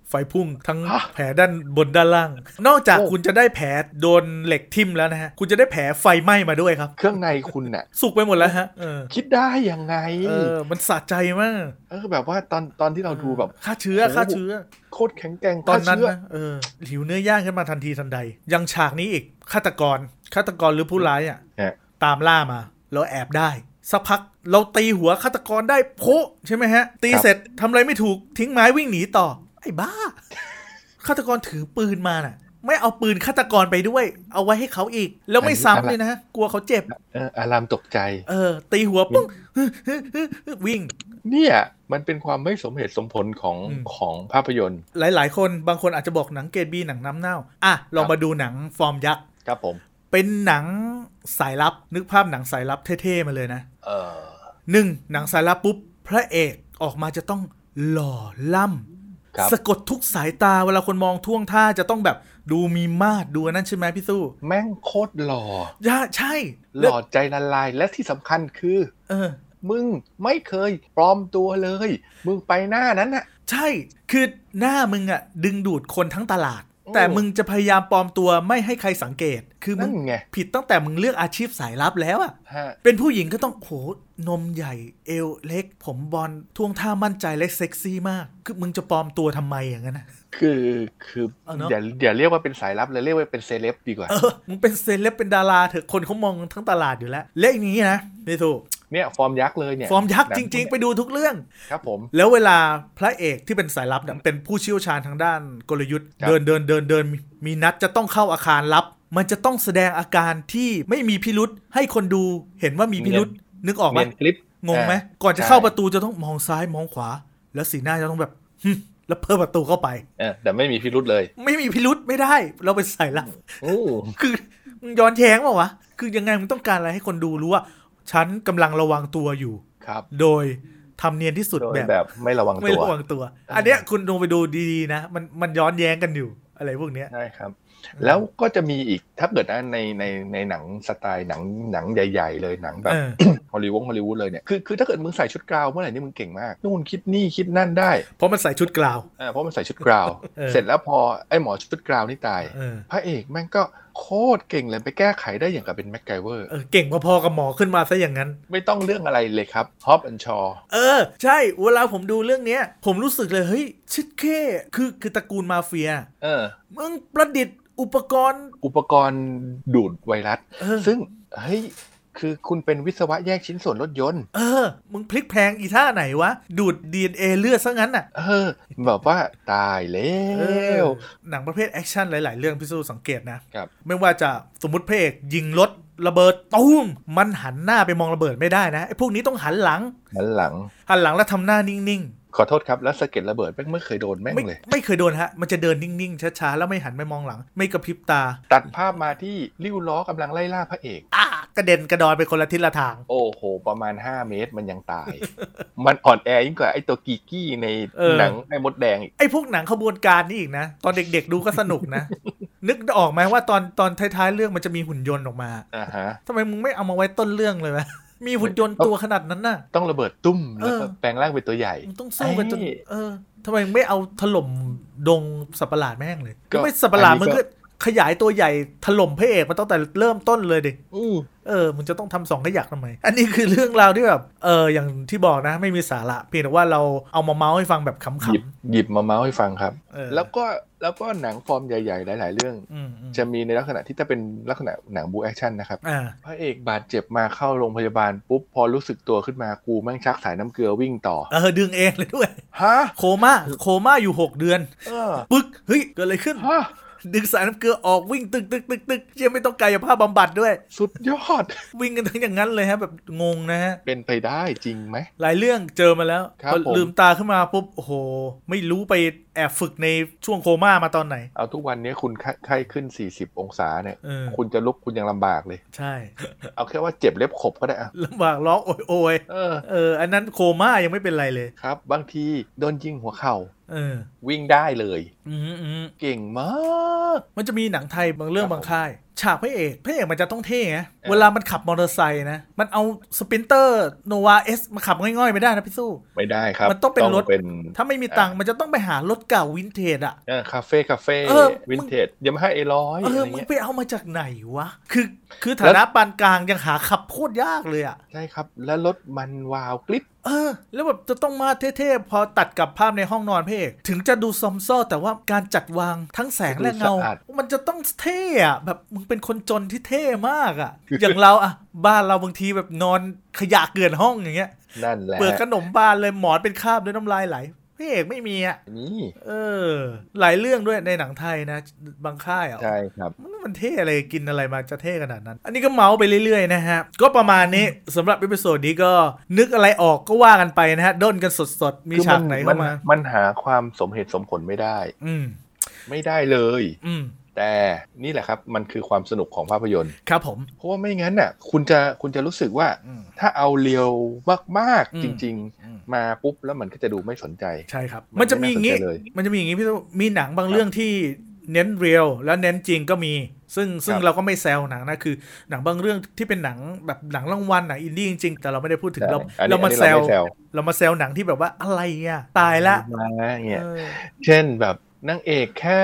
ไฟพุ่งทั้ง ฮะ แผลด้านบนด้านล่าง นอกจากคุณจะได้แผลโดนเหล็กทิ่มแล้วนะฮะ คุณจะได้แผลไฟไหม้มาด้วยครับ เครื่องในคุณน่ะ สุกไปหมดแล้วฮะ เออ คิดได้ยังไง เออ มันสะใจมาก เออแบบว่าตอนตอนที่เราดูแบบ ฆ่าเชื้อ โอ้โห ฆ่าเชื้อ โคตรแข็งแกร่ง ตอนนั้น ฆ่าเชื้ นะเออ หิวเนื้อย่างขึ้นมาทันทีทันใด ยังฉากนี้อีก ฆาตกร ฆาตกรหรือผู้ร้ายอ่ะ เนี่ย ตามล่ามา แล้วแอบได้ สักพักเราตีหัวฆาตกรได้โพะใช่ไหมฮะ ตีเสร็จทำอะไรไม่ถูกทิ้งไม้วิ่งหนีต่อ ไอ้บ้าฆาตกรถือปืนมาน่ะ ไม่เอาปืนฆาตกรไปด้วย เอาไว้ให้เขาอีก แล้วไม่ซ้ำเลยนะกลัวเขาเจ็บ เอออารามตกใจ เออ ตีหัวปุ้งวิ่ง เนี่ย มันเป็นความไม่สมเหตุสมผลของ อืม ของภาพยนตร์ หลาย ๆ คนบางคนอาจจะบอกหนังเกรดบีหนังน้ำเน่าอ่ะลองมาดูหนังฟอร์มยักษ์ ครับผม เป็นหนังสายลับนึกภาพหนังสายลับเท่ๆมาเลยนะ เออ หนึ่งหนังสายลับปุ๊บ พระเอกออกมาจะต้องหล่อล่ ครับ ำสะกดทุกสายตาเวลาคนมองท่วงท่าจะต้องแบบดูมีมาดดูอันนั้นใช่ไหมพี่สู้ แม่งโคตรหล่อย่ าใช่ หล่อใจละลายและที่สำคัญคือ เออ มึงไม่เคยปลอมตัวเลย มึงไปหน้านั้นน่ะ ใช่ คือหน้ามึงอะดึงดูดคนทั้งตลาด โอ้ แต่มึงจะพยายามปลอมตัวไม่ให้ใครสังเกต คือมึ นั่ ง นไง ผิดตั้งแต่มึงเลือกอาชีพสายลับแล้วอะ ฮะ เป็นผู้หญิงก็ต้องโหนมใหญ่เอวเล็ก ผมบอลท่วงท่ามั่นใจและเซ็กซี่มาก คือมึงจะปลอมตัวทำไมอย่างนั้นนะ คือคือ เอาเนอะ อย่าอย่าเรียกว่าเป็นสายลับเลยเรียกว่าเป็นเซเลบดีกว่า เออ มึงเป็นเซเลบเป็นดาราเถอะคนเขามองทั้งตลาดอยู่แล้ว และอย่างนี้นะนี่ถูก เนี่ยฟอร์มยักษ์เลยเนี่ย ฟอร์มยักษ์ หนั จริง ๆ ไปดูทุกเรื่อง ครับผม แล้วเวลาพระเอกที่เป็นสายลับเนี่ยเป็นผู้เชี่ยวชาญทางด้านกลยุทธ์ ครับ เดินเดินเดินเดินมีมีนัดจะต้องเข้าอาคารลับ มันจะต้องแสดงอาการที่ไม่มีพิรุษให้คนดูเห็นว่ามีพิรุษนึกออกไหม เนียนคลิป งงไหม อ่ะ ก่อนจะเข้า ใช่ ประตูจะต้องมองซ้ายมองขวา แล้วสีหน้าจะต้องแบบหึแล้วเพิ่มประตูเข้าไป เออแต่ไม่มีพิรุษเลย ไม่มีพิรุษไม่ได้ เราเป็นสายลับ อู้ (laughs) คือมึงย้อนแย้งเปล่าวะ คือยังไงมึงต้องการอะไรให้คนดูรู้ว่า ฉันกำลังระวังตัวอยู่ ครับ โดยทำเนียนที่สุด โดย แบบ แบบไม่ระวัง ไม่ ตัว ระวังตัว อันเนี้ยคุณลงไปดูดีๆนะ มันมันย้อนแย้งกันอยู่ อะไรพวกเนี้ย ใช่ครับ แล้วก็จะมีอีกถ้าเกิดนะในในในหนังสไตล์หนังหนังใหญ่ ๆ เลยหนังแบบ เออ ฮอลลีวูดฮอลลีวูดเลยเนี่ยคือคือถ้าเกิดมึงใส่ชุดกราวเมื่อไหร่นี่มึงเก่งมากนู่นคิดนี่คิดนั่นได้ เพราะมันใส่ชุดกลาว เออเพราะมันใส่ชุดกราว เออ เสร็จแล้วพอไอ้หมอชุดกราวนี่ตาย เออ พระเอกแม่งก็โคตรเก่งเลยไปแก้ไขได้อย่างกับเป็นแม็กไกเวอร์ เออเก่งพอๆกับหมอขึ้นมาซะอย่างนั้น ไม่ต้องเรื่องอะไรเลยครับฮอปอันชอ เออ ใช่ เวลาผมดูเรื่องเนี้ย ผมรู้สึกเลยเฮ้ยชิดเข้คือคือตระกูลมาเฟีย เออ มึงประดิษฐ์อุปกรณ์ อุปกรณ์ดูดไวรัส เออ ซึ่งเฮ้ยคือคุณเป็นวิศวะแยกชิ้นส่วนรถยนต์ เออ มึงพลิกแพลงอีท่าไหนวะ ดูด DNA เลือดซะงั้นน่ะ เออแบบว่าตายแล้ เอ ว หนังประเภทแอคชั่นหลาย ๆ เรื่องพี่สู้สังเกตนะครับ ไม่ว่าจะสมมติพระเอกยิงรถระเบิดตุ้มมันหันหน้าไปมองระเบิดไม่ได้นะไอ้พวกนี้ต้องหันหลัง หันหลัง หันหลังแล้วทำหน้านิ่ง ขอโทษครับ แล้วสะเก็ดระเบิดแม่งไม่เคยโดนแม่ง ๆ ไม่ เลย ไม่เคยโดนฮะ มันจะเดินนิ่ง ๆ ช้า ๆ แล้วไม่หันไปมองหลัง ไม่กระพริบตา ตัดภาพมาที่ริ้วล้อกำลังไล่ล่าพระเอก อ่ะกระเด็นกระดอนไปคนละทิศละทาง โอ้โห ประมาณ 5 เมตรมันยังตาย มันอ่อนแอยิ่งกว่าไอ้ตัวกีกี้ใน เออ หนังไอ้มดแดงอีก ไอ้พวกหนังขบวนการนี่อีกนะ ตอนเด็ก ๆ ดูก็สนุกนะ (laughs) นึกออกไหมว่าตอนตอนท้าย ๆ เรื่องมันจะมีหุ่นยนต์ออกมา อ่าฮะ ทำไมมึงไม่เอามาไว้ต้นเรื่องเลยวะ มีหุ่นยนต์ตัวขนาดนั้นน่ะ ต้องระเบิดตุ้ม แล้วก็ เออ แปลงร่างเป็นตัวใหญ่ มึงต้องสู้กันจน เอ้ย เออทำไมมึงไม่เอาถล่มดงสัตว์ประหลาดแม่งเลย ก็ ไม่สัตว์ประหลาด อันนี้ มึง ก็ ก็ขยายตัวใหญ่ถล่มพระเอกมาตั้งแต่เริ่มต้นเลยดิ อู้ เออมึงจะต้องทำสองขยักทำไม อันนี้คือเรื่องราวที่แบบ เออ อย่างที่บอกนะ ไม่มีสาระ เพียงแต่ว่าเราเอามาเมาส์ให้ฟังแบบขำ หยิบหยิบมาเมาส์ให้ฟังครับ ๆเออ แล้วก็แล้วก็หนังฟอร์มใหญ่ๆ หลาย ๆ เรื่อง อืมอืม จะมีในลักษณะที่ถ้าเป็นลักษณะหนังบูแอคชั่นนะครับ อ่า พระเอกบาดเจ็บมาเข้าโรงพยาบาลปุ๊บพอรู้สึกตัวขึ้นมากูแม่งชักสายน้ำเกลือวิ่งต่อ เออ ดึงเองเลยด้วย ฮะ โคม่า โคม่าอยู่หกเดือน เออ ปึ๊ก เฮ้ย เกิดอะไรขึ้น ฮะ ดึงสายน้ำเกลือออกวิ่งตึกตึกตึกตึกเชี่ยังไม่ต้องกายภาพบำบัดด้วย สุดยอด วิ่งกันทั้งอย่างนั้นเลยฮะแบบงงนะฮะ เป็นไปได้จริงไหม หลายเรื่องเจอมาแล้ว ครับ พอ ผม ลืมตาขึ้นมาปุ๊บโอ้โห ไม่รู้ไปแอบฝึกในช่วงโคม่ามาตอนไหน เอาทุกวันนี้คุณไข้ไข้ขึ้น 40 องศาเนี่ย เออ คุณจะลุกคุณยังลำบากเลย ใช่ (laughs) เอาแค่ว่าเจ็บเล็บขบก็ได้อะ ลำบากร้องโอยโอย เออ เออ อันนั้นโคม่ายังไม่เป็นไรเลย ครับ บางทีโดนยิงหัวเข่า เออ วิ่งได้เลย อืมอืม เก่งมาก มันจะมีหนังไทยบางเรื่อง ครับ บางค่าย ฉากพระเอกพระเอกมันจะต้องเท่ไง เออ เวลามันขับมอเตอร์ไซค์นะ มันเอาสปรินเตอร์โนวาเอสมาขับง่อยๆไม่ได้นะพี่สู้ ไม่ได้ครับ มันต้องเป็นรถ เป็น ถ้าไม่มีตังค์มันจะต้องไปหารถเก่าวินเทจอะ เออคาเฟ่คาเฟ่ เออมึง วินเทจยามาฮ่าเอร้อย เอ อะไร อ มึง เงี้ย ไปเอามาจากไหนวะ คือ คือฐานะปานกลางยังหาขับโคตรยากเลยอะ ใช่ครับ แล้วรถมันวาวกริบ เออ แล้วแบบจะต้องมาเท่ๆ พอตัดกับภาพในห้องนอนพระเอกถึงจะดูซอมซ่อแต่ว่าการจัดวางทั้งแสงและเงา มันจะต้องเท่อะแบบมึงเป็นคนจนที่เท่มากอะอย่างเราอะบ้านเราบางทีแบบนอนขยะเกลื่อนห้องอย่างเงี้ย นั่นแหละ เปิดขนมบานเลยหมอนเป็นคราบด้วยน้ำลายไหลพระเอกไม่มีอะ นี่ เออ หลายเรื่องด้วยในหนังไทยนะ บางค่ายอะ ใช่ครับ มันมันเท่อะไรกินอะไรมาจะเท่ขนาดนั้น อันนี้ก็เมาส์ไปเรื่อยๆนะฮะ ก็ประมาณนี้สำหรับอีพิโซดนี้ก็นึกอะไรออกก็ว่ากันไปนะฮะ ด้นกันสดๆ มี คือ ฉากไหนเข้ามา นนหาความสมเหตุสมผลไม่ได้ อืม ไม่ได้เลย อืม แต่นี่แหละครับ มันคือความสนุกของภาพยนตร์ ครับผม เพราะว่าไม่งั้นน่ะ คุณจะคุณจะรู้สึกว่า อืม ถ้าเอาเรียวมาก อื ๆ ม จริง อืม ๆ มาปุ๊บ แล้วมันก็จะดูไม่สนใจ ใช่ครับ มั มัน น จะมีอย่างงี้ ไม่น่าสนใจเลย มันจะมีอย่างงี้พี่ตุ๊มีหนังบางเรื่องที่เน้นเรียลแล้วเน้นจริงก็มี ซึ่งซึ่งเราก็ไม่แซวหนังนะคือ หนังบางเรื่องที่เป็นหนังแบบหนังรางวัลหนังอินดี้จริงๆแต่เราไม่ได้พูดถึงเรา อันนี้ เรามา อันนี้ แซว ไม่ เรามาแซวหนังที่แบบว่าอะไรอ่ะตายละ มาเนี่ย เออ เช่นแบบนางเอกแค่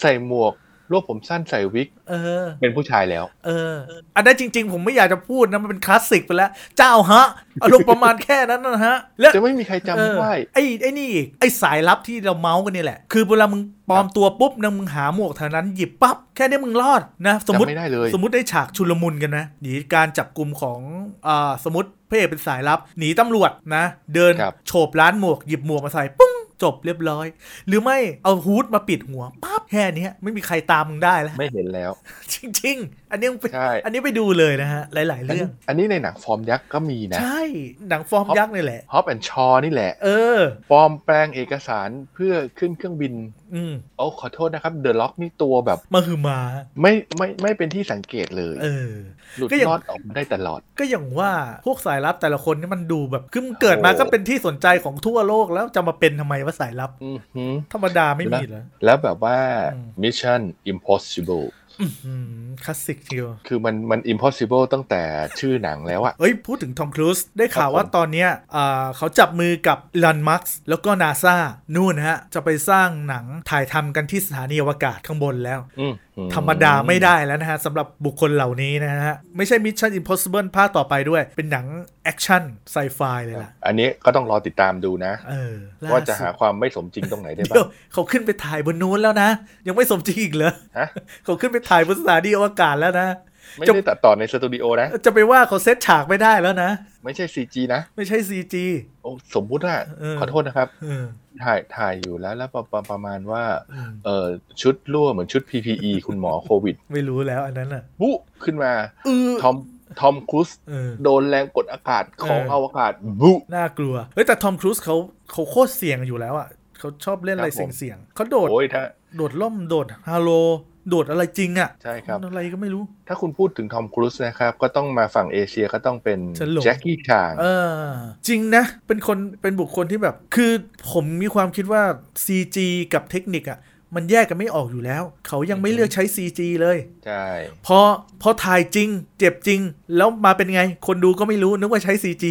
ใส่หมวกรวบผมสั้นใส่วิก เออ เป็นผู้ชายแล้ว เออ อันนั้นจริง ๆ ผมไม่อยากจะพูดนะ มันเป็นคลาสสิกไปแล้ว เจ้าฮะ อารมณ์ประมาณแค่นั้นนะฮะ และ จะไม่มีใครจำ เออ ได้ ไอ้ไอ้นี่อีก ไอ้สายลับที่เราเมาส์กันนี่แหละ คือเวลามึงปลอมตัวปุ๊บนะมึงหาหมวกแถวนั้นหยิบปั๊บ แค่นี้มึงรอดนะ สมมติ จำไม่ได้เลย สมมติได้ฉากชุลมุนกันนะหนีการจับกลุ่มของอ่าสมมติพระเอกเป็นสายลับ หนีตำรวจนะ เดิน ครับ โฉบร้านหมวกหยิบหมวกมาใส่ปุ้งจบเรียบร้อย หรือไม่เอาฮูดมาปิดหัวปั๊บแค่เนี้ยไม่มีใครตามมึงได้แล้ว (laughs) ไม่เห็นแล้ว จริง ๆ อันนี้ยังเป็น ใช่ อันนี้ไปดูเลยนะฮะ หลาย ๆ อัน เรื่ นี้ อง อันนี้ในหนังฟอร์มยักษ์ก็มีนะ ใช่ หนังฟอร์ม ฮอป ยักษ์นี่แหละ ฮอปแอนชอนี่แหละ เออ ปลอมแปลงเอกสารเพื่อขึ้นเครื่องบิน อืม โอ้าขอโทษนะครับเดอะล็อกนี่ตัวแบบ มาหือมา ไม่ไม่ไม่เป็นที่สังเกตเลย เออ หลุด ก็ยัง รอดออกมาได้ตลอด ก็อย่างว่าพวกสายลับแต่ละคนนี่มันดูแบบคือมันเกิดมา โอ้ ก็เป็นที่สนใจของทั่วโลกแล้วจะมาเป็นทำไมว่าสายลับ อือหือ ธรรมดาไม่มีเหรอ แล้วแบบว่า อืม Mission Impossible อืมคลาสสิกทีเดียว คือมันมัน impossible ตั้งแต่ชื่อหนังแล้วอะ เอ้ย พูดถึงทอมครูซได้ข่าว ครับผม ว่าตอนเนี้ยอ่าเขาจับมือกับลันมาร์แล้วก็นาซานู่นฮะ จะไปสร้างหนังถ่ายทำกันที่สถานีอวกาศข้างบนแล้ว อืม ธรรมดาไม่ได้แล้วนะฮะสำหรับบุคคลเหล่านี้นะฮะ ไม่ใช่ Mission Impossible ภาคต่อไปด้วย เป็นหนังแอคชั่นไซไฟเลยล่ะ อันนี้ก็ต้องรอติดตามดูนะ เออล่ ว่าจะ สุ หา ด ความไม่สมจริงตรงไหนได้บ้า เดี๋ยว ง เขาขึ้นไปถ่ายบนนู้นแล้วนะ ยังไม่สมจริงอีกเหรอ ฮะ เขาขึ้นไปถ่ายบนสถานีอวกาศแล้วนะ ไม่ จบ ได้ตัดต่อในสตูดิโอนะ จะไปว่าเขาเซตฉากไม่ได้แล้วนะ ไม่ใช่ CG นะ ไม่ใช่ CG โอ้สมมุติว่า เออ ขอโทษนะครับ เออ ถ่ายถ่ายอยู่แล้วแล้วประประประมาณว่า อืม เออชุดรั่วเหมือนชุด PPE คุณหมอโควิด ไม่รู้แล้วอันนั้นอ่ะ ปุ๊ขึ้นมา เออ ทอมทอมครูซ เออ โดนแรงกดอากาศของ เอ อ อ วกาศบุ น่ากลัว เฮ้ย แต่ทอมครูซเขาเขาโคตรเสี่ยงอยู่แล้วอ่ะเขาชอบเล่นอะไร ครับผม เสี่ยงๆเขาโดด โอ้ยถ้า โดดล่มโดดฮาโล โดดอะไรจริงอ่ะ ใช่ครับ มันอะไรก็ไม่รู้ ถ้าคุณพูดถึงทอมครูซนะครับ ก็ต้องมาฝั่งเอเชียก็ต้องเป็น เฉินหลง แจ็คกี้ชาง เออ จริงนะ เป็นคนเป็นบุคคลที่แบบ คือผมมีความคิดว่า CG กับเทคนิคอ่ะ มันแยกกันไม่ออกอยู่แล้ว เขายังไม่เลือกใช้ CG เลย ใช่ พอพอถ่ายจริง เจ็บจริง แล้วมาเป็นไง คนดูก็ไม่รู้ นึกว่าใช้ CG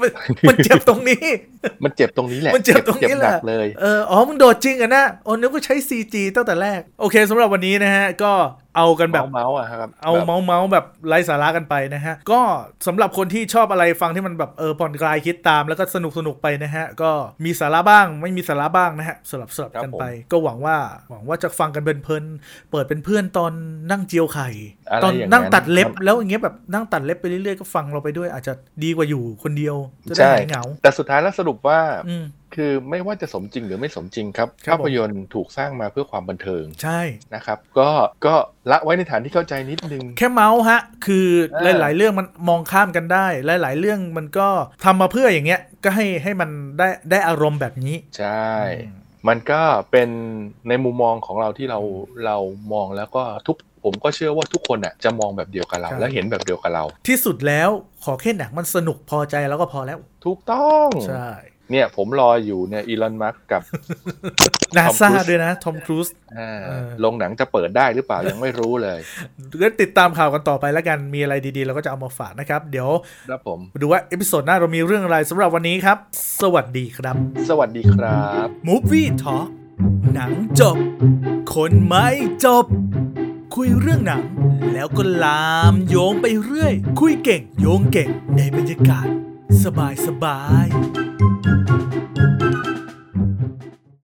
มัน (laughs) มันเจ็บตรงนี้ (laughs) มันเจ็บตรงนี้แหละ มันเจ็บตรงนี้แห หนั ละ กเลย เออ อ๋อ มึงโดดจริงอะนะโอ้นึกว่าใช้ CG ตั้งแต่แรก โอเคสำหรับวันนี้นะฮะ ก็เอากันแบบ เมาส์เมาส์อะครับ เอา แบบ เมาส์เมาส์แบบไร้สาระกันไปนะฮะ ก็สำหรับคนที่ชอบอะไรฟังที่มันแบบเออผ่อนคลายคิดตามแล้วก็สนุกสนุกไปนะฮะ ก็มีสาระบ้างไม่มีสาระบ้างนะฮะสลับสลับกันไป ก็หวังว่าหวังว่าจะฟังกันเพลินๆเปิดเป็นเพื่อนตอนนั่งเจียวไข่ ะไร ตอน ย่า นั่งตัดเล็บ ครับ แล้วอย่างเงี้ยแบบนั่งตัดเล็บไปเรื่อยๆก็ฟังเราไปด้วยอาจจะดีกว่าอยู่คนเดียวจะได้ ใช่ หายเหงา แต่สุดท้ายแล้วสรุปว่า อืม คือไม่ว่าจะสมจริงหรือไม่สมจริงครับ ครับผภาม พยนตร์ถูกสร้างมาเพื่อความบันเทิง ใช่ นะครับ ก็ก็ละไว้ในฐานที่เข้าใจนิดนึง แค่เมาส์ฮะ คือ เอ ห อ ลาย ๆ เรื่องมันมองข้ามกันได้ หลาย ๆ เรื่องมันก็ทำมาเพื่ออย่างเงี้ย ก็ให้ให้มันได้ได้อารมณ์แบบนี้ ใช่ มันก็เป็นในมุมมองของเราที่เราเรามองแล้วก็ทุกผมก็เชื่อว่าทุกคนอ่ะจะมองแบบเดียวกับเรา ครับ และเห็นแบบเดียวกับเรา ที่สุดแล้วขอแค่หนังมันสนุกพอใจแล้วก็พอแล้ว ถูกต้อง ใช่ เนี่ยผมรออยู่เนี่ยอีลอนมัสกับ นาซา Tom Cruise ด้วยนะ ทอมครูซ อ่า (laughs) เออ โรงหนังจะเปิดได้หรือเปล่ายังไม่รู้เลย ก็ติดตามข่าวกันต่อไปแล้วกัน มีอะไรดี ๆ เราก็จะเอามาฝากนะครับ เดี๋ยว ครับผม มาดูว่า เอพิโซดหน้าเรามีเรื่องอะไรสำหรับวันนี้ครับ สวัสดีครับ สวัสดีครับ Movie Talk หนังจบ คนไม่จบ คุยเรื่องหนัง แล้วก็ลามโยงไปเรื่อย คุยเก่ง โยงเก่งในบรรยากาศ สบายสบายๆ